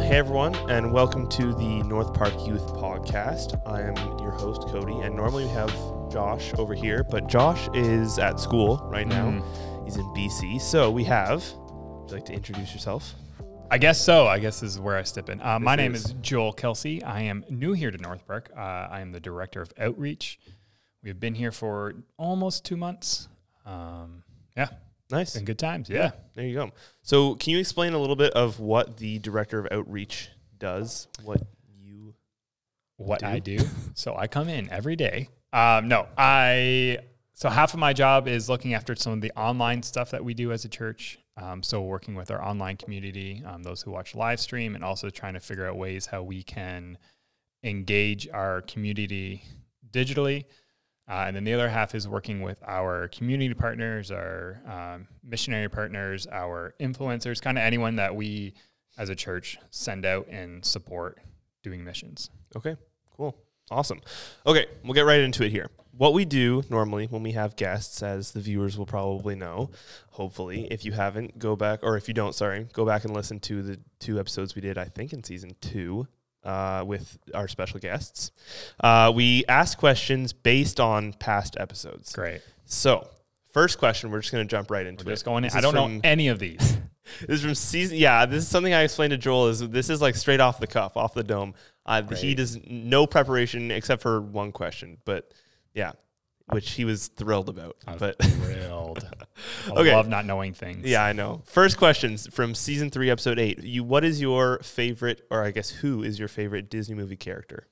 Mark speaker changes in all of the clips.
Speaker 1: Hey everyone, and welcome to the North Park Youth Podcast. I am your host Cody, and normally we have Josh over here, but Josh is at school right now. He's in BC, so we have. Would you like to introduce yourself?
Speaker 2: I guess so. I guess this is where I step in. Uh, my
Speaker 1: This
Speaker 2: name
Speaker 1: is-
Speaker 2: is Joel Kelsey. I am new here to North Park. Uh, I am the director of outreach. We have been here for almost two months. Um, yeah,
Speaker 1: Nice.
Speaker 2: been good times. Yeah.
Speaker 1: There you go. So, can you explain a little bit of what the director of outreach does? What you?
Speaker 2: What I do. so I come in every day. Um, no, I. So half of my job is looking after some of the online stuff that we do as a church. Um, so working with our online community, um, those who watch live stream, and also trying to figure out ways how we can engage our community digitally. Uh, and then the other half is working with our community partners, our um, missionary partners, our influencers, kind of anyone that we as a church send out and support doing missions.
Speaker 1: Okay, cool. Awesome. Okay, we'll get right into it here. What we do normally when we have guests, as the viewers will probably know, hopefully, if you haven't, go back, or if you don't, sorry, go back and listen to the two episodes we did, I think, in season two uh, with our special guests. Uh, we ask questions based on past episodes.
Speaker 2: Great.
Speaker 1: So, first question, we're just going to jump right into
Speaker 2: We're
Speaker 1: it.
Speaker 2: just going in.
Speaker 1: This
Speaker 2: I
Speaker 1: is
Speaker 2: don't know
Speaker 1: from-
Speaker 2: any of these.
Speaker 1: This is from season. Yeah, this is something I explained to Joel. Is this is like straight off the cuff, off the dome. Uh, He does no preparation except for one question, but yeah, which he was thrilled about. But
Speaker 2: thrilled. I
Speaker 1: Okay.
Speaker 2: love not knowing things.
Speaker 1: yeah, I know. First questions from season three, episode eight. You, what is your favorite, or I guess who is your favorite Disney movie character?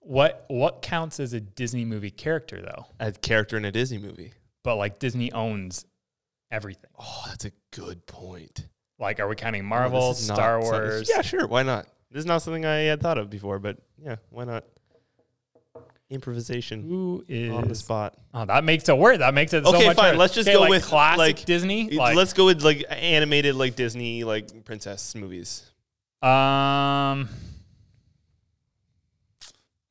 Speaker 2: What what counts as a Disney movie character though?
Speaker 1: A character in a Disney movie.
Speaker 2: But like Disney owns everything.
Speaker 1: Oh, that's a good point.
Speaker 2: Like are we counting
Speaker 1: Oh, this
Speaker 2: Marvel,
Speaker 1: is not
Speaker 2: Star
Speaker 1: something-
Speaker 2: Wars?
Speaker 1: yeah, sure. Why not? This is not something I had thought of before, but yeah, why not? Improvisation
Speaker 2: Who
Speaker 1: on the
Speaker 2: is
Speaker 1: spot.
Speaker 2: Oh, that makes it worse. That makes it so
Speaker 1: Okay,
Speaker 2: much
Speaker 1: fine.
Speaker 2: worse.
Speaker 1: Let's just
Speaker 2: Okay,
Speaker 1: go
Speaker 2: like
Speaker 1: with,
Speaker 2: classic
Speaker 1: like,
Speaker 2: Disney.
Speaker 1: It-
Speaker 2: Like,
Speaker 1: Let's go with like animated, like Disney, like princess movies.
Speaker 2: um,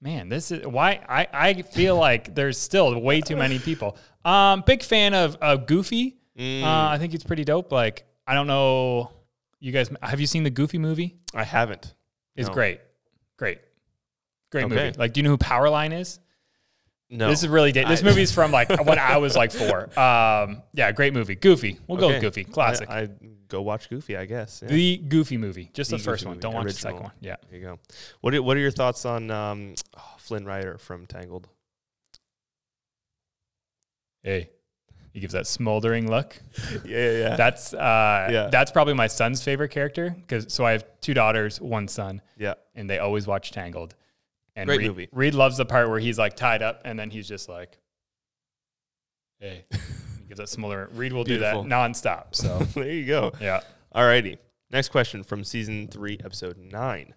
Speaker 2: man, this is why I, I feel like there's still way too many people. Um, big fan of, of Goofy.
Speaker 1: Mm.
Speaker 2: Uh,
Speaker 1: Hmm.
Speaker 2: I think it's pretty dope. Like, I don't know, you guys, have you seen the Goofy movie?
Speaker 1: I haven't.
Speaker 2: It's
Speaker 1: No.
Speaker 2: great, great, great
Speaker 1: Okay.
Speaker 2: movie. Like, do you know who Powerline is?
Speaker 1: No.
Speaker 2: This is really da- this
Speaker 1: I-
Speaker 2: movie's from like when I was like four. Um, yeah, great movie. Goofy. We'll go
Speaker 1: Okay.
Speaker 2: with Goofy. Classic.
Speaker 1: I, I go watch Goofy, I guess. Yeah.
Speaker 2: The Goofy movie, just
Speaker 1: The
Speaker 2: the,
Speaker 1: Goofy
Speaker 2: first one.
Speaker 1: movie,
Speaker 2: Don't watch the
Speaker 1: original.
Speaker 2: second one. Yeah.
Speaker 1: there you go. What are, What are your thoughts on um, oh, Flynn Rider from Tangled?
Speaker 2: Hey, he gives that smoldering look.
Speaker 1: Yeah, yeah, yeah.
Speaker 2: That's uh,
Speaker 1: Yeah.
Speaker 2: that's probably my son's favorite character because so I have two daughters, one son,
Speaker 1: yeah.
Speaker 2: and they always watch Tangled. And
Speaker 1: Great
Speaker 2: Reed,
Speaker 1: movie.
Speaker 2: Reed loves the part where he's like tied up, and then he's just like, "Hey," he gives that smoldering. Reed will do that
Speaker 1: Beautiful.
Speaker 2: nonstop. So
Speaker 1: there you go.
Speaker 2: yeah,
Speaker 1: Alrighty. Next question from season three, episode nine.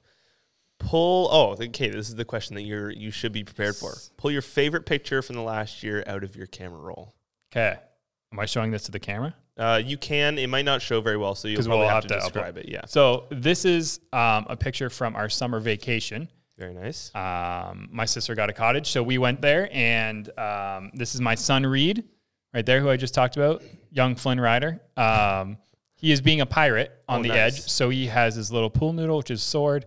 Speaker 1: Pull. Oh, okay. This is the question that you're you should be prepared for. Pull your favorite picture from the last year out of your camera roll.
Speaker 2: okay. Am I showing this to the camera?
Speaker 1: Uh, you can. It might not show very well, so you'll
Speaker 2: 'Cause
Speaker 1: probably
Speaker 2: we'll
Speaker 1: have,
Speaker 2: have
Speaker 1: to,
Speaker 2: to upload-
Speaker 1: describe it. Yeah.
Speaker 2: So this is um, a picture from our summer vacation.
Speaker 1: Very nice.
Speaker 2: um, my sister got a cottage, so we went there. And um, this is my son Reed, right there, who I just talked about, young Flynn Rider. Um, he is being a pirate on
Speaker 1: Oh,
Speaker 2: the
Speaker 1: nice.
Speaker 2: edge, so he has his little pool noodle, which is sword,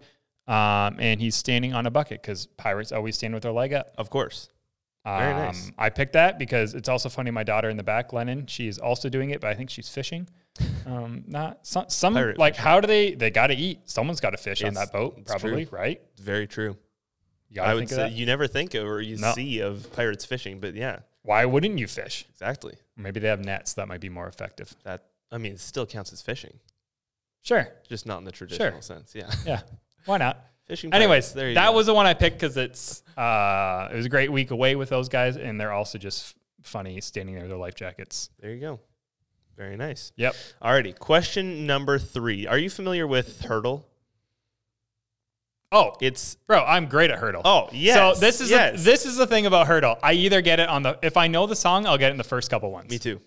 Speaker 2: um, and he's standing on a bucket because pirates always stand with their leg up.
Speaker 1: Of course.
Speaker 2: Um,
Speaker 1: Very nice.
Speaker 2: I picked that because it's also funny. My daughter in the back, Lennon, she is also doing it, but I think she's fishing. Um, not some, some
Speaker 1: Pirate
Speaker 2: like how do they? They got to eat. Someone's got to fish on
Speaker 1: It's-
Speaker 2: that boat,
Speaker 1: it's true.
Speaker 2: probably, right?
Speaker 1: It's very true.
Speaker 2: You gotta
Speaker 1: I would
Speaker 2: think of
Speaker 1: say
Speaker 2: that.
Speaker 1: you never think of or you
Speaker 2: No.
Speaker 1: see of pirates fishing, but yeah,
Speaker 2: Why wouldn't you fish?
Speaker 1: exactly.
Speaker 2: Maybe they have nets that might be more effective.
Speaker 1: That I mean, it still counts as fishing,
Speaker 2: Sure.
Speaker 1: just not in the traditional sense. Yeah.
Speaker 2: Yeah. Why not?
Speaker 1: fishing. pirates,
Speaker 2: Anyways,
Speaker 1: there you
Speaker 2: that
Speaker 1: go.
Speaker 2: was the one I picked because it's uh, it was a great week away with those guys, and they're also just f- funny standing there with their life jackets.
Speaker 1: There you go. Very nice.
Speaker 2: Yep.
Speaker 1: Alrighty. Question number three. Are you familiar with hurdle?
Speaker 2: Oh,
Speaker 1: It's
Speaker 2: bro, I'm great at hurdle.
Speaker 1: oh yes.
Speaker 2: So this is
Speaker 1: yes.
Speaker 2: the, this is the thing about hurdle. I either get it on the if I know the song, I'll get it in the first couple ones.
Speaker 1: me too.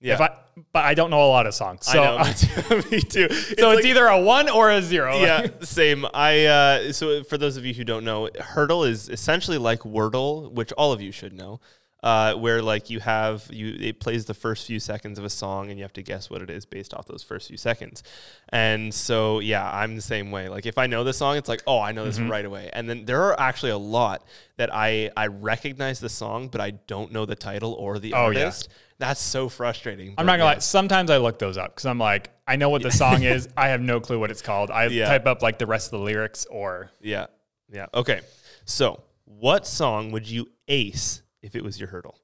Speaker 1: Yeah.
Speaker 2: If I but I don't know a lot of songs, so
Speaker 1: I know. Me too. me too.
Speaker 2: so it's
Speaker 1: like-
Speaker 2: either a one or a zero.
Speaker 1: yeah, same. I uh, so for those of you who don't know, Hurdle is essentially like Wordle, which all of you should know. uh, where like you have you it plays the first few seconds of a song and you have to guess what it is based off those first few seconds. And so yeah, I'm the same way. Like if I know the song, it's like oh I know
Speaker 2: Mm-hmm.
Speaker 1: this right away. And then there are actually a lot that I I recognize the song but I don't know the title or the
Speaker 2: Oh, yeah.
Speaker 1: artist. That's so frustrating.
Speaker 2: I'm
Speaker 1: but
Speaker 2: not gonna lie.
Speaker 1: yeah.
Speaker 2: Sometimes I look those up because I'm like, I know what the song is. I have no clue what it's called. I
Speaker 1: Yeah.
Speaker 2: type up like the rest of the lyrics or
Speaker 1: Yeah. Yeah. Okay. So, what song would you ace if it was your hurdle?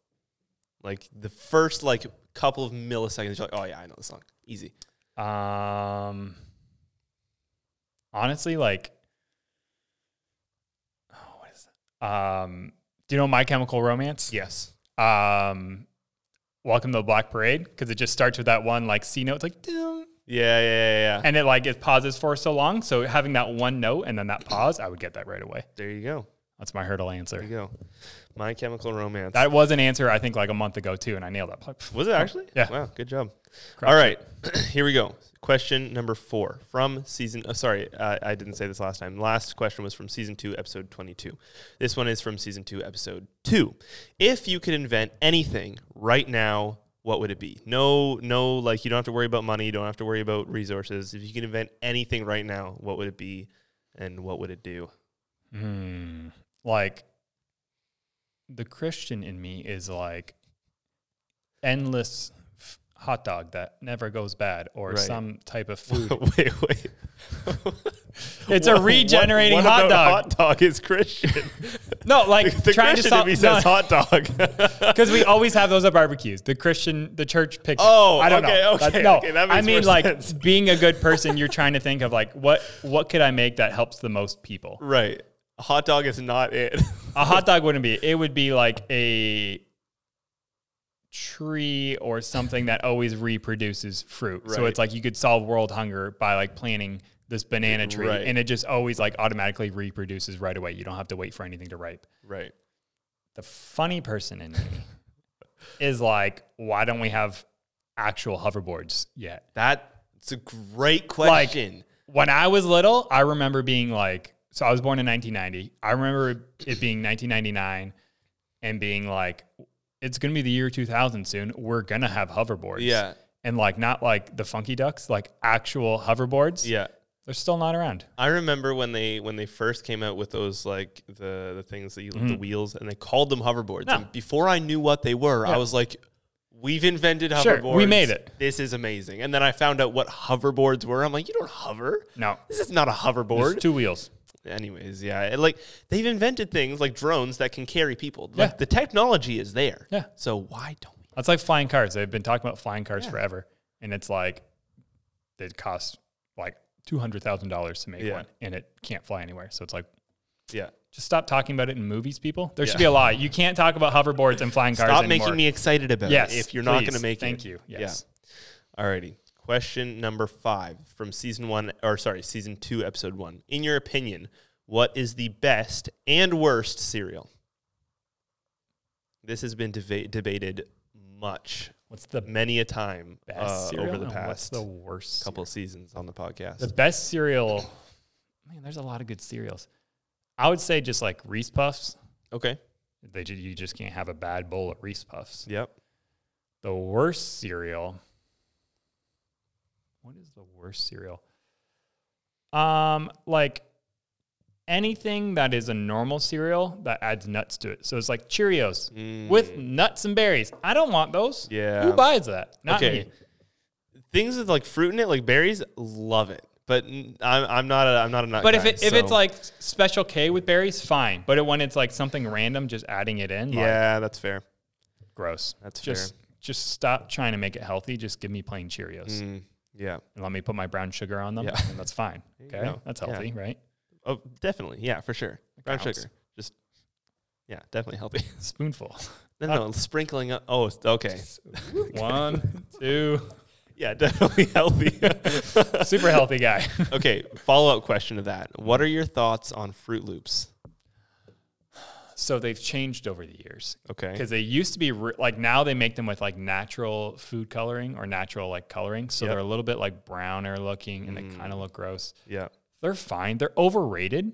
Speaker 1: Like the first like couple of milliseconds, you're like, oh yeah, I know the song. Easy.
Speaker 2: Um, honestly, like, oh, what is that? Um, do you know My Chemical Romance?
Speaker 1: Yes.
Speaker 2: Um, Welcome to the Black Parade because it just starts with that one like C note, it's like, dum,
Speaker 1: Yeah, yeah, yeah, yeah.
Speaker 2: and it like it pauses for so long. So having that one note and then that pause, I would get that right away.
Speaker 1: there you go.
Speaker 2: That's my hurdle
Speaker 1: There
Speaker 2: answer.
Speaker 1: you go. My Chemical Romance.
Speaker 2: That was an answer I think like a month ago too, and I nailed that.
Speaker 1: was it actually?
Speaker 2: Oh, Yeah.
Speaker 1: Wow. Good job.
Speaker 2: Crushed
Speaker 1: All right. Here we go. Question number four from season. Oh, sorry, uh, I didn't say this last time. Last question was from season two, episode 22. This one is from season two, episode two. If you could invent anything right now, what would it be? No, no, like you don't have to worry about money. You don't have to worry about resources. If you could invent anything right now, what would it be and what would it do?
Speaker 2: Hmm. Like the Christian in me is like endless f- hot dog that never goes bad or
Speaker 1: Right.
Speaker 2: some type of food.
Speaker 1: wait, wait.
Speaker 2: It's a
Speaker 1: What- what-
Speaker 2: regenerating
Speaker 1: what
Speaker 2: hot
Speaker 1: about
Speaker 2: dog.
Speaker 1: Hot dog is Christian.
Speaker 2: no, like
Speaker 1: the
Speaker 2: trying
Speaker 1: Christian
Speaker 2: to
Speaker 1: in me says
Speaker 2: solve
Speaker 1: hot dog.
Speaker 2: because we always have those at barbecues. The Christian, the church picks.
Speaker 1: Oh,
Speaker 2: I don't
Speaker 1: okay,
Speaker 2: know.
Speaker 1: okay,
Speaker 2: no,
Speaker 1: okay, that
Speaker 2: I
Speaker 1: makes
Speaker 2: mean,
Speaker 1: more
Speaker 2: like
Speaker 1: sense.
Speaker 2: being a good person, you're trying to think of like what what could I make that helps the most people.
Speaker 1: Right. A hot dog is not it.
Speaker 2: A hot dog wouldn't be. It would be like a tree or something that always reproduces fruit. So
Speaker 1: Right.
Speaker 2: it's like you could solve world hunger by like planting this banana tree
Speaker 1: Right.
Speaker 2: and it just always like automatically reproduces right away. You don't have to wait for anything to ripe.
Speaker 1: right.
Speaker 2: The funny person in me is like, why don't we have actual hoverboards yet?
Speaker 1: That's a great question.
Speaker 2: when I was little, I remember being like, so I was born in 1990. I remember it being 1999 and being like, it's going to be the year 2000 soon. We're going to have hoverboards.
Speaker 1: yeah.
Speaker 2: And like, not like the funky ducks, like actual hoverboards.
Speaker 1: Yeah.
Speaker 2: They're still not around.
Speaker 1: I remember when they when they first came out with those like the the things that you the wheels and they called them hoverboards.
Speaker 2: Mm-hmm. No.
Speaker 1: And before I knew what they were, I was like We've invented
Speaker 2: Sure,
Speaker 1: hoverboards.
Speaker 2: we made it."
Speaker 1: This is amazing. And then I found out what hoverboards were. I'm like, you don't hover.
Speaker 2: No.
Speaker 1: This is not a hoverboard.
Speaker 2: It's two wheels.
Speaker 1: Anyways, yeah, it- like they've invented things like drones that can carry people. Like
Speaker 2: Yeah.
Speaker 1: the technology is there.
Speaker 2: Yeah.
Speaker 1: So why don't we?
Speaker 2: That's like flying cars. They've been talking about flying cars forever. And it's like, it costs like $200,000 to make
Speaker 1: Yeah.
Speaker 2: one and it can't fly anywhere. So it's like,
Speaker 1: Yeah.
Speaker 2: Just stop talking about it in movies, people. There should be a law. You can't talk about hoverboards and flying cars
Speaker 1: Stop
Speaker 2: anymore.
Speaker 1: making me excited about
Speaker 2: Yes,
Speaker 1: it if you're not
Speaker 2: please.
Speaker 1: going to make it.
Speaker 2: Thank you. Yes.
Speaker 1: Yeah. Alrighty. Question number five from season one, or sorry, season two, episode one. In your opinion, what is the best and worst cereal? This has been deba- debated much,
Speaker 2: What's the
Speaker 1: many a time
Speaker 2: best
Speaker 1: uh,
Speaker 2: cereal
Speaker 1: over the
Speaker 2: and What's
Speaker 1: past
Speaker 2: the worst?
Speaker 1: couple seasons on the podcast.
Speaker 2: The best cereal. Man, there's a lot of good cereals. I would say just like Reese Puffs.
Speaker 1: okay.
Speaker 2: They ju- you just can't have a bad bowl of Reese Puffs.
Speaker 1: Yep.
Speaker 2: The worst cereal. What is the worst cereal? Um, like anything that is a normal cereal that adds nuts to it. So it's like Cheerios with nuts and berries. I don't want those.
Speaker 1: Mm. Yeah.
Speaker 2: Who buys that? Not
Speaker 1: Okay.
Speaker 2: me.
Speaker 1: Things with like fruit in it, like berries, love it. But n- I'm, I'm not a I'm not a nut.
Speaker 2: But
Speaker 1: guy,
Speaker 2: if it, if
Speaker 1: so-
Speaker 2: it's like Special K with berries, fine. But when it's like something random, just adding it in, like,
Speaker 1: yeah, that's fair.
Speaker 2: gross.
Speaker 1: That's
Speaker 2: just just stop trying to make it healthy. Just give me plain Cheerios
Speaker 1: Mm, yeah.
Speaker 2: and let me put my brown sugar on them,
Speaker 1: Yeah.
Speaker 2: and that's fine.
Speaker 1: you
Speaker 2: Okay,
Speaker 1: go.
Speaker 2: that's
Speaker 1: Yeah.
Speaker 2: healthy, right?
Speaker 1: Oh, definitely. Yeah, for sure. Brown
Speaker 2: counts.
Speaker 1: sugar. Just yeah, definitely healthy.
Speaker 2: Spoonful.
Speaker 1: no,
Speaker 2: Uh,
Speaker 1: no, sprinkling up. Oh, it's- okay.
Speaker 2: One, two.
Speaker 1: Yeah, definitely healthy.
Speaker 2: Super healthy guy.
Speaker 1: okay, follow up question to that. What are your thoughts on Fruit Loops?
Speaker 2: so they've changed over the years.
Speaker 1: Okay.
Speaker 2: because they used to be re- like now they make them with like natural food coloring or natural like coloring so
Speaker 1: Yep. Mm.
Speaker 2: they're a little bit like browner looking and they kind of look gross
Speaker 1: Yeah.
Speaker 2: they're fine they're overrated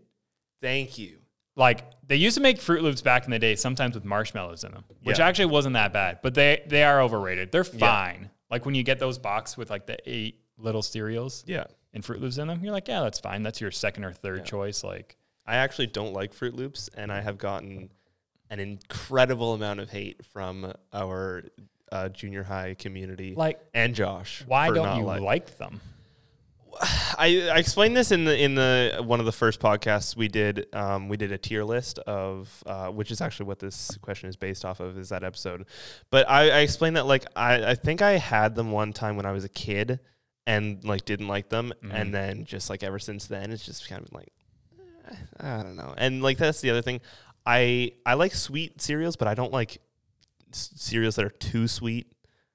Speaker 1: Thank you.
Speaker 2: like they used to make Fruit Loops back in the day, sometimes with marshmallows in them, which
Speaker 1: Yeah.
Speaker 2: actually wasn't that bad. But they they are overrated. They're fine. Like when you get those box with like the eight little cereals
Speaker 1: Yeah.
Speaker 2: and Fruit Loops in them, you're like, yeah, that's fine. That's your second or third choice. Like
Speaker 1: I actually don't like Fruit Loops, and I have gotten an incredible amount of hate from our uh, junior high community,
Speaker 2: Like,
Speaker 1: and Josh.
Speaker 2: why
Speaker 1: for
Speaker 2: don't
Speaker 1: not
Speaker 2: you
Speaker 1: like-
Speaker 2: like them?
Speaker 1: I, I explained this in the in the one of the first podcasts we did. Um, we did a tier list of uh, which is actually what this question is based off of is that episode. But I, I explained that like I, I think I had them one time when I was a kid and like didn't like them,
Speaker 2: Mm-hmm.
Speaker 1: and then just like ever since then it's just kind of like eh, I don't know. And like that's the other thing. I I like sweet cereals, but I don't like s- cereals that are too sweet.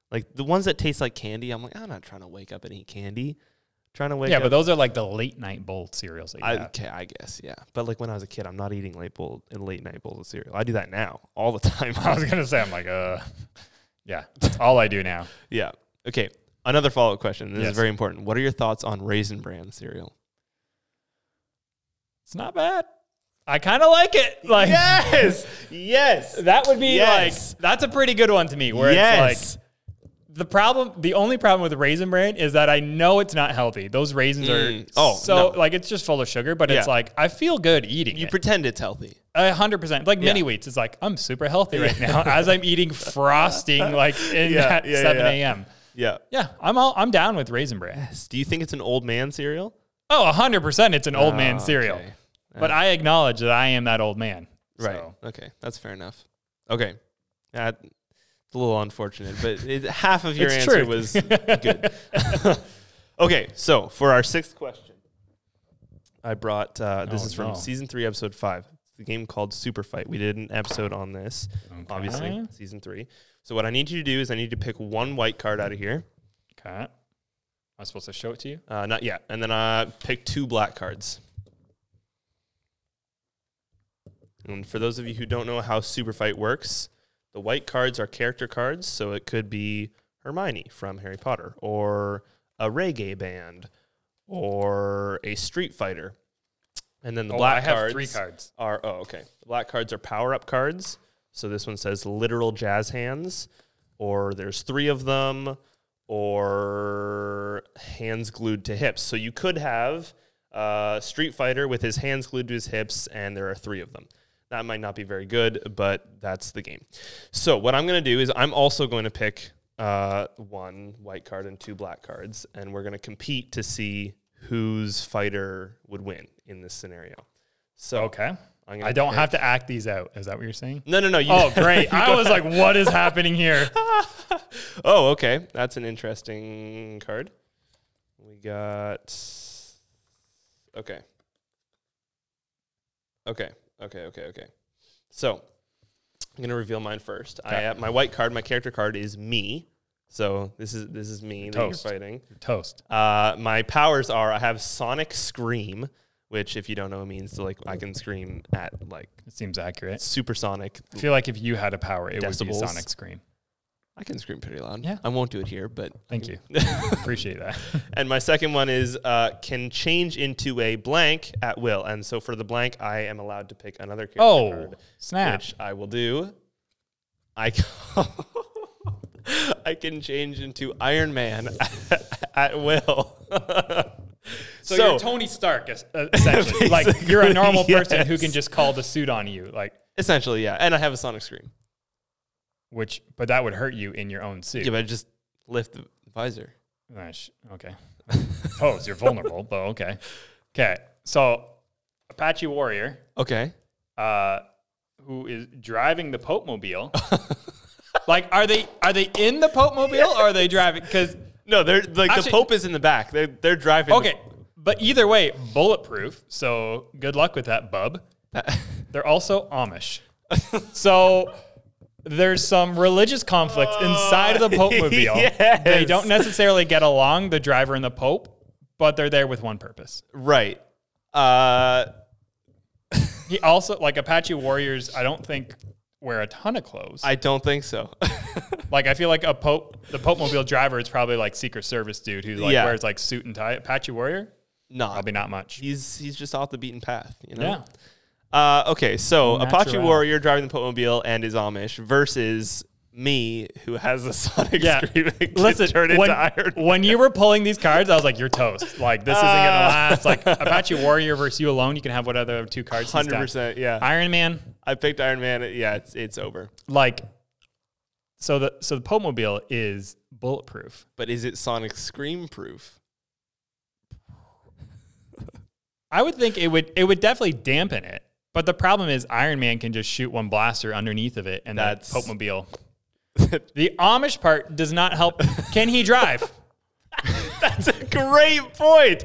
Speaker 1: Like the ones that taste like candy, I'm like I'm not trying to wake up and eat candy. Trying to wake
Speaker 2: yeah,
Speaker 1: up
Speaker 2: but those are like the late night bowl cereals. That you
Speaker 1: uh, I,
Speaker 2: have.
Speaker 1: okay, I guess yeah. But like when I was a kid, I'm not eating late bowl and late night bowls of cereal. I do that now all the time.
Speaker 2: I was gonna say, I'm like, uh, yeah, that's all I do now.
Speaker 1: yeah. Okay. Another follow up question. This
Speaker 2: Yes.
Speaker 1: is very important. What are your thoughts on Raisin Bran cereal?
Speaker 2: It's not bad. I kind of like it. Like
Speaker 1: yes, yes.
Speaker 2: that would be
Speaker 1: Yes.
Speaker 2: like that's a pretty good one to me. Where it's
Speaker 1: yes.
Speaker 2: like the problem, the only problem with raisin bran is that I know it's not healthy. Those raisins
Speaker 1: Mm.
Speaker 2: are
Speaker 1: Oh,
Speaker 2: so
Speaker 1: no.
Speaker 2: like it's just full of sugar, but it's
Speaker 1: Yeah.
Speaker 2: like I feel good eating
Speaker 1: you
Speaker 2: it.
Speaker 1: pretend it's healthy.
Speaker 2: A hundred percent. Like mini
Speaker 1: Yeah.
Speaker 2: wheats, it's like I'm super healthy right now as I'm eating frosting like in
Speaker 1: Yeah,
Speaker 2: at
Speaker 1: yeah, yeah,
Speaker 2: seven
Speaker 1: yeah.
Speaker 2: a.m.
Speaker 1: Yeah.
Speaker 2: Yeah, I'm all I'm down with raisin bran.
Speaker 1: Do you think it's an old man cereal?
Speaker 2: Oh, 100% it's an old man
Speaker 1: Ah,
Speaker 2: cereal.
Speaker 1: okay.
Speaker 2: But I acknowledge that I am that old man.
Speaker 1: Right.
Speaker 2: So,
Speaker 1: Okay. That's fair enough. Okay. Uh, it's a little unfortunate, but it, half of your
Speaker 2: It's
Speaker 1: answer
Speaker 2: truth.
Speaker 1: was good. okay. So for our sixth question, I brought uh, this
Speaker 2: Oh,
Speaker 1: is from
Speaker 2: no.
Speaker 1: season three, episode five. It's a game called Super Fight. We did an episode on this, obviously,
Speaker 2: Okay.
Speaker 1: season three. So what I need you to do is I need you to pick one white card out of here.
Speaker 2: okay. Am I supposed to show it to you?
Speaker 1: Uh, not yet. And then uh, pick two black cards. And for those of you who don't know how Super Fight works, the white cards are character cards. So it could be Hermione from Harry Potter, or a reggae band, or a Street Fighter. And then the
Speaker 2: Oh,
Speaker 1: black
Speaker 2: I have
Speaker 1: cards
Speaker 2: three cards.
Speaker 1: are oh okay. The black cards are power up cards. So this one says literal jazz hands, or there's three of them, or hands glued to hips. So you could have uh, Street Fighter with his hands glued to his hips, and there are three of them. That might not be very good, but that's the game. So what I'm going to do is I'm also going to pick uh, one white card and two black cards, and we're going to compete to see whose fighter would win in this scenario. So
Speaker 2: Okay.
Speaker 1: I'm gonna
Speaker 2: I don't
Speaker 1: pick-
Speaker 2: have to act these out. Is that what you're saying?
Speaker 1: No, no, no. You,
Speaker 2: Oh, great. I was like, what is happening here?
Speaker 1: oh, okay. That's an interesting card. We got. Okay. Okay. Okay. Okay. Okay. So I'm gonna reveal mine first. I,
Speaker 2: Okay.
Speaker 1: uh, my white card, my character card is me. So this is this is me that you're
Speaker 2: Toast.
Speaker 1: fighting.
Speaker 2: Toast.
Speaker 1: Uh, my powers are I have Sonic Scream, which if you don't know means to like I can scream at like
Speaker 2: It seems accurate.
Speaker 1: supersonic.
Speaker 2: I feel like if you had a power, it would be
Speaker 1: Decibels.
Speaker 2: Sonic Scream.
Speaker 1: I can scream pretty loud.
Speaker 2: Yeah.
Speaker 1: I won't do it here, but
Speaker 2: Thank you. Appreciate that.
Speaker 1: And my second one is uh, can change into a blank at will. And so for the blank, I am allowed to pick another character
Speaker 2: Oh,
Speaker 1: card,
Speaker 2: snap.
Speaker 1: which I will do. I can, I can change into Iron Man at will.
Speaker 2: So,
Speaker 1: So-
Speaker 2: you're Tony Stark, es- uh, essentially. like, you're a normal person who
Speaker 1: yes.
Speaker 2: can just call the suit on you. Like,
Speaker 1: Essentially, yeah. And I have a Sonic Scream.
Speaker 2: which, but that would hurt you in your own suit.
Speaker 1: Yeah, but I just lift the visor.
Speaker 2: Ah, sh- Okay. oh, you're vulnerable, but okay. Okay. So, Apache Warrior,
Speaker 1: Okay.
Speaker 2: uh, who is driving the Pope Mobile. like, are they are they in the Pope Mobile or are they driving? Because
Speaker 1: No, they're like
Speaker 2: Actually-
Speaker 1: the Pope is in the back. They're they're driving. the-
Speaker 2: okay, but either way, bulletproof. So good luck with that, bub. They're also Amish. so there's some religious conflict inside of the Pope Mobile.
Speaker 1: Uh, Yes.
Speaker 2: They don't necessarily get along, the driver and the Pope, but they're there with one purpose.
Speaker 1: right. Uh,
Speaker 2: He also like Apache warriors. I don't think wear a ton of clothes.
Speaker 1: I don't think so.
Speaker 2: like I feel like a pope, the Pope Mobile driver is probably like Secret Service dude who like
Speaker 1: Yeah.
Speaker 2: wears like suit and tie. Apache warrior,
Speaker 1: no,
Speaker 2: probably not much.
Speaker 1: he's he's just off the beaten path. You know.
Speaker 2: Yeah,
Speaker 1: Uh, okay, so
Speaker 2: Natural.
Speaker 1: Apache Warrior driving the Popmobile and is Amish versus me, who has a Sonic
Speaker 2: Yeah.
Speaker 1: screaming to
Speaker 2: Listen,
Speaker 1: turn into
Speaker 2: when,
Speaker 1: Iron Man. Uh.
Speaker 2: when you were pulling these cards, I was like, "You're toast. Like this isn't gonna last." Like Apache Warrior versus you alone, you can have what other two cards? he's
Speaker 1: Hundred
Speaker 2: got.
Speaker 1: percent, yeah.
Speaker 2: Iron Man,
Speaker 1: I picked Iron Man. Yeah, it's it's over.
Speaker 2: like so the so the Pomobile is bulletproof.
Speaker 1: But is it Sonic scream proof?
Speaker 2: I would think it would it would definitely dampen it. But the problem is Iron Man can just shoot one blaster underneath of it, and that's
Speaker 1: That's-
Speaker 2: Popemobile. the Amish part does not help. Can he drive?
Speaker 1: That's a great point.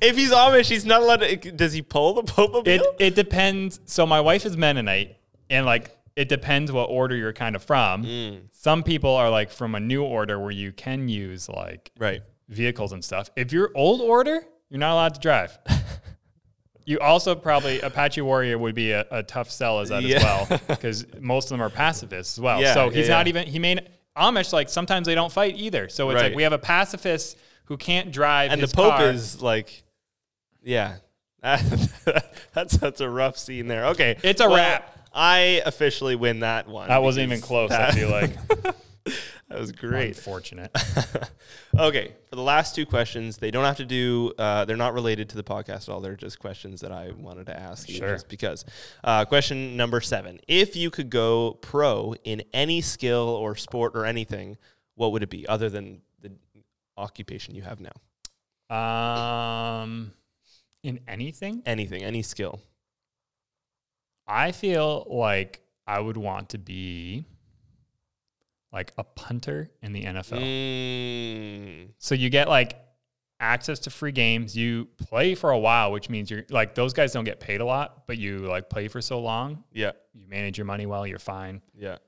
Speaker 1: If he's Amish, he's not allowed to. Does he pull the Popmobile?
Speaker 2: It it depends. So my wife is Mennonite, and like it depends what order you're kind of from.
Speaker 1: Mm.
Speaker 2: Some people are like from a new order where you can use like
Speaker 1: right.
Speaker 2: vehicles and stuff. If you're old order, you're not allowed to drive. you also probably Apache Warrior would be a, a tough sell as that as
Speaker 1: Yeah.
Speaker 2: well because most of them are pacifists as well.
Speaker 1: Yeah,
Speaker 2: so
Speaker 1: yeah,
Speaker 2: he's
Speaker 1: yeah.
Speaker 2: not even he may n- Amish like sometimes they don't fight either. So it's like
Speaker 1: Right.
Speaker 2: we have a pacifist who can't drive
Speaker 1: And
Speaker 2: his
Speaker 1: the Pope
Speaker 2: car.
Speaker 1: is like, yeah. that's that's a rough scene there. Okay,
Speaker 2: It's a wrap.
Speaker 1: I officially win that one.
Speaker 2: that wasn't
Speaker 1: because
Speaker 2: even close. I
Speaker 1: That,
Speaker 2: feel like
Speaker 1: that was great.
Speaker 2: unfortunate.
Speaker 1: okay, for the last two questions, they don't have to do. Uh, they're not related to the podcast at all. They're just questions that I wanted to ask you,
Speaker 2: Sure.
Speaker 1: just because. Uh, question number seven: If you could go pro in any skill or sport or anything, what would it be other than the occupation you have now?
Speaker 2: Um, in anything,
Speaker 1: Anything, any skill.
Speaker 2: I feel like I would want to be like a punter in the NFL.
Speaker 1: Mm,
Speaker 2: So you get like access to free games. You play for a while, which means you're like those guys don't get paid a lot, but you like play for so long,
Speaker 1: yeah,
Speaker 2: you manage your money well, you're fine.
Speaker 1: yeah.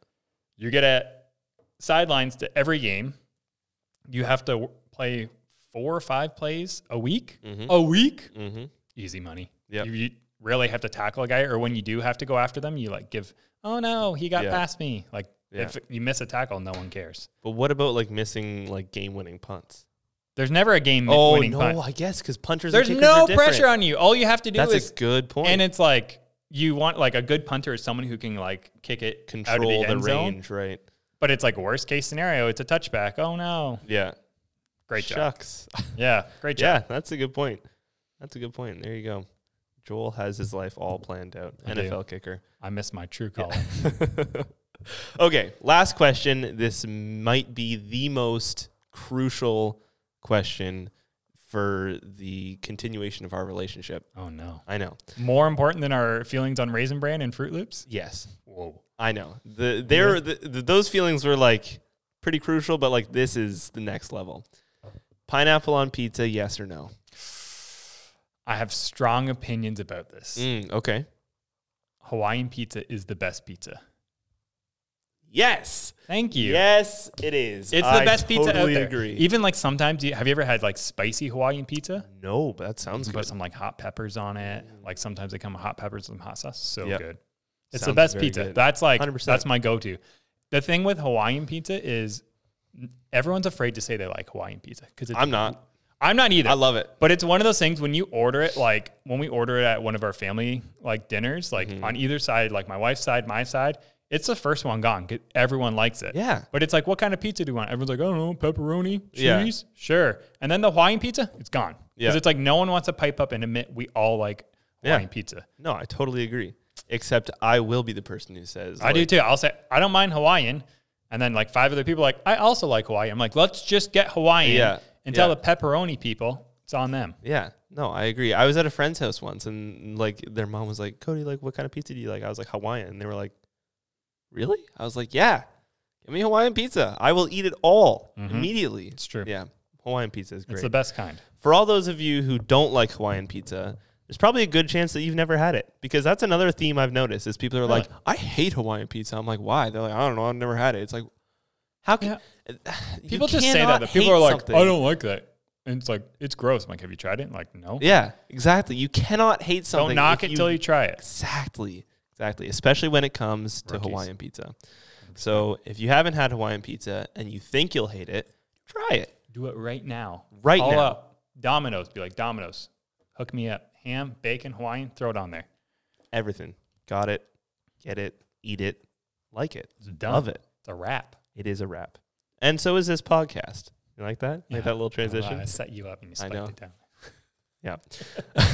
Speaker 2: You get at sidelines to every game. You have to w- play four or five plays a week.
Speaker 1: Mhm.
Speaker 2: A week.
Speaker 1: Mm-hmm.
Speaker 2: easy money.
Speaker 1: Yep.
Speaker 2: You, you rarely have to tackle a guy, or when you do have to go after them, you like give, oh no, he got
Speaker 1: Yeah.
Speaker 2: past me. Like
Speaker 1: Yeah.
Speaker 2: if you miss a tackle, no one cares.
Speaker 1: But what about like missing like game-winning punts?
Speaker 2: There's never a game
Speaker 1: Oh
Speaker 2: winning
Speaker 1: no,
Speaker 2: punt.
Speaker 1: I guess because punters.
Speaker 2: There's
Speaker 1: and
Speaker 2: no pressure on you. All you have to do
Speaker 1: That's
Speaker 2: is,
Speaker 1: a good point.
Speaker 2: and it's like you want like a good punter is someone who can like kick it out of
Speaker 1: control
Speaker 2: the,
Speaker 1: the,
Speaker 2: end zone.
Speaker 1: range, right?
Speaker 2: But it's like worst case scenario, it's a touchback. Oh no,
Speaker 1: Yeah.
Speaker 2: great job.
Speaker 1: Shucks.
Speaker 2: Yeah, great job.
Speaker 1: Yeah, that's a good point. That's a good point. There you go. Joel has his life all planned out.
Speaker 2: I do.
Speaker 1: NFL kicker.
Speaker 2: I missed my true call.
Speaker 1: Okay, last question. This might be the most crucial question for the continuation of our relationship.
Speaker 2: Oh no,
Speaker 1: I know.
Speaker 2: more important than our feelings on Raisin Bran and Fruit Loops.
Speaker 1: Yes,
Speaker 2: Whoa.
Speaker 1: I know. The there the, the, those feelings were like pretty crucial, but like this is the next level. Pineapple on pizza, yes or no?
Speaker 2: I have strong opinions about this.
Speaker 1: Mm, okay.
Speaker 2: Hawaiian pizza is the best pizza.
Speaker 1: Yes.
Speaker 2: Thank you.
Speaker 1: Yes, it is.
Speaker 2: It's the
Speaker 1: I
Speaker 2: best pizza out
Speaker 1: totally
Speaker 2: there.
Speaker 1: Agree.
Speaker 2: Even like sometimes, you, have you ever had like spicy Hawaiian pizza?
Speaker 1: no, but that sounds
Speaker 2: You put
Speaker 1: good.
Speaker 2: some like hot peppers on it. Like sometimes they come with hot peppers and hot sauce. So
Speaker 1: Yep.
Speaker 2: good. It's the
Speaker 1: Sounds
Speaker 2: best
Speaker 1: very
Speaker 2: pizza.
Speaker 1: good.
Speaker 2: That's like
Speaker 1: 100%.
Speaker 2: that's my go-to. The thing with Hawaiian pizza is everyone's afraid to say they like Hawaiian pizza because
Speaker 1: I'm not.
Speaker 2: I'm not either.
Speaker 1: I love it.
Speaker 2: But it's one of those things when you order it, like when we order it at one of our family like dinners, like
Speaker 1: Mm-hmm.
Speaker 2: on either side, like my wife's side, my side, it's the first one gone. 'cause Everyone likes it.
Speaker 1: Yeah.
Speaker 2: But it's like, what kind of pizza do you want? Everyone's like, I don't know, pepperoni,
Speaker 1: Yeah.
Speaker 2: cheese, sure. And then the Hawaiian pizza, it's gone.
Speaker 1: Yeah.
Speaker 2: Because it's like no one wants to pipe up and admit we all like
Speaker 1: Yeah.
Speaker 2: Hawaiian pizza.
Speaker 1: No, I totally agree. Except I will be the person who says
Speaker 2: I do too. I'll say I don't mind Hawaiian, and then like five other people are like I also like Hawaiian. I'm like, let's just get Hawaiian
Speaker 1: Yeah.
Speaker 2: and tell
Speaker 1: Yeah.
Speaker 2: the pepperoni people it's on them.
Speaker 1: Yeah. No, I agree. I was at a friend's house once and like their mom was like, Cody, like what kind of pizza do you like? I was like, Hawaiian. And they were like, Really? I was like, Yeah. Give me Hawaiian pizza. I will eat it all immediately.
Speaker 2: Mm-hmm. It's true.
Speaker 1: Yeah. Hawaiian pizza is
Speaker 2: It's
Speaker 1: great.
Speaker 2: the best kind.
Speaker 1: For all those of you who don't like Hawaiian pizza, there's probably a good chance that you've never had it because that's another theme I've noticed is people are like, I hate Hawaiian pizza. I'm like, why? They're like, I don't know. I've never had it. It's like, how can you
Speaker 2: People just say that.
Speaker 1: cannot
Speaker 2: that people
Speaker 1: hate
Speaker 2: are like,
Speaker 1: something.
Speaker 2: I don't like that. And it's like, it's gross. I'm like, have you tried it? like, no.
Speaker 1: Yeah, exactly. You cannot hate something.
Speaker 2: Don't knock
Speaker 1: if
Speaker 2: it till you try it.
Speaker 1: Exactly. Exactly. Especially when it comes to
Speaker 2: Rookies.
Speaker 1: Hawaiian pizza. So if you haven't had Hawaiian pizza and you think you'll hate it, try it.
Speaker 2: Do it right now.
Speaker 1: Right
Speaker 2: All
Speaker 1: now.
Speaker 2: up. Domino's. Be like, Domino's, hook me up. Ham, bacon, Hawaiian, throw it on there.
Speaker 1: Everything. Got it. Get it. Eat it. Like it.
Speaker 2: It's done.
Speaker 1: Love it.
Speaker 2: It's a wrap.
Speaker 1: It is a wrap. And so is this podcast. You like that?
Speaker 2: Yeah.
Speaker 1: Like that little transition?
Speaker 2: I set you up and you
Speaker 1: I
Speaker 2: spiked
Speaker 1: know.
Speaker 2: it down.
Speaker 1: Yeah.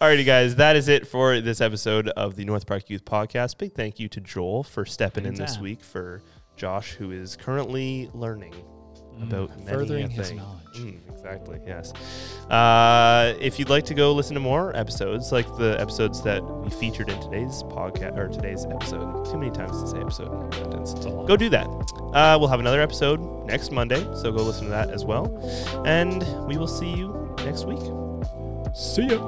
Speaker 1: Alrighty, guys, that is it for this episode of the North Park Youth Podcast. Big thank you to Joel for stepping in this
Speaker 2: Anytime.
Speaker 1: week for Josh, who is currently learning about many a
Speaker 2: Mm. furthering his
Speaker 1: thing.
Speaker 2: knowledge.
Speaker 1: Mm, exactly. Yes. Uh, if you'd like to go listen to more episodes, like the episodes that we featured in today's podcast or today's episode, too many times to say episode in one sentence.
Speaker 2: It's a lot.
Speaker 1: Go do that. Uh, we'll have another episode next Monday, so go listen to that as well. And we will see you next week.
Speaker 2: See ya.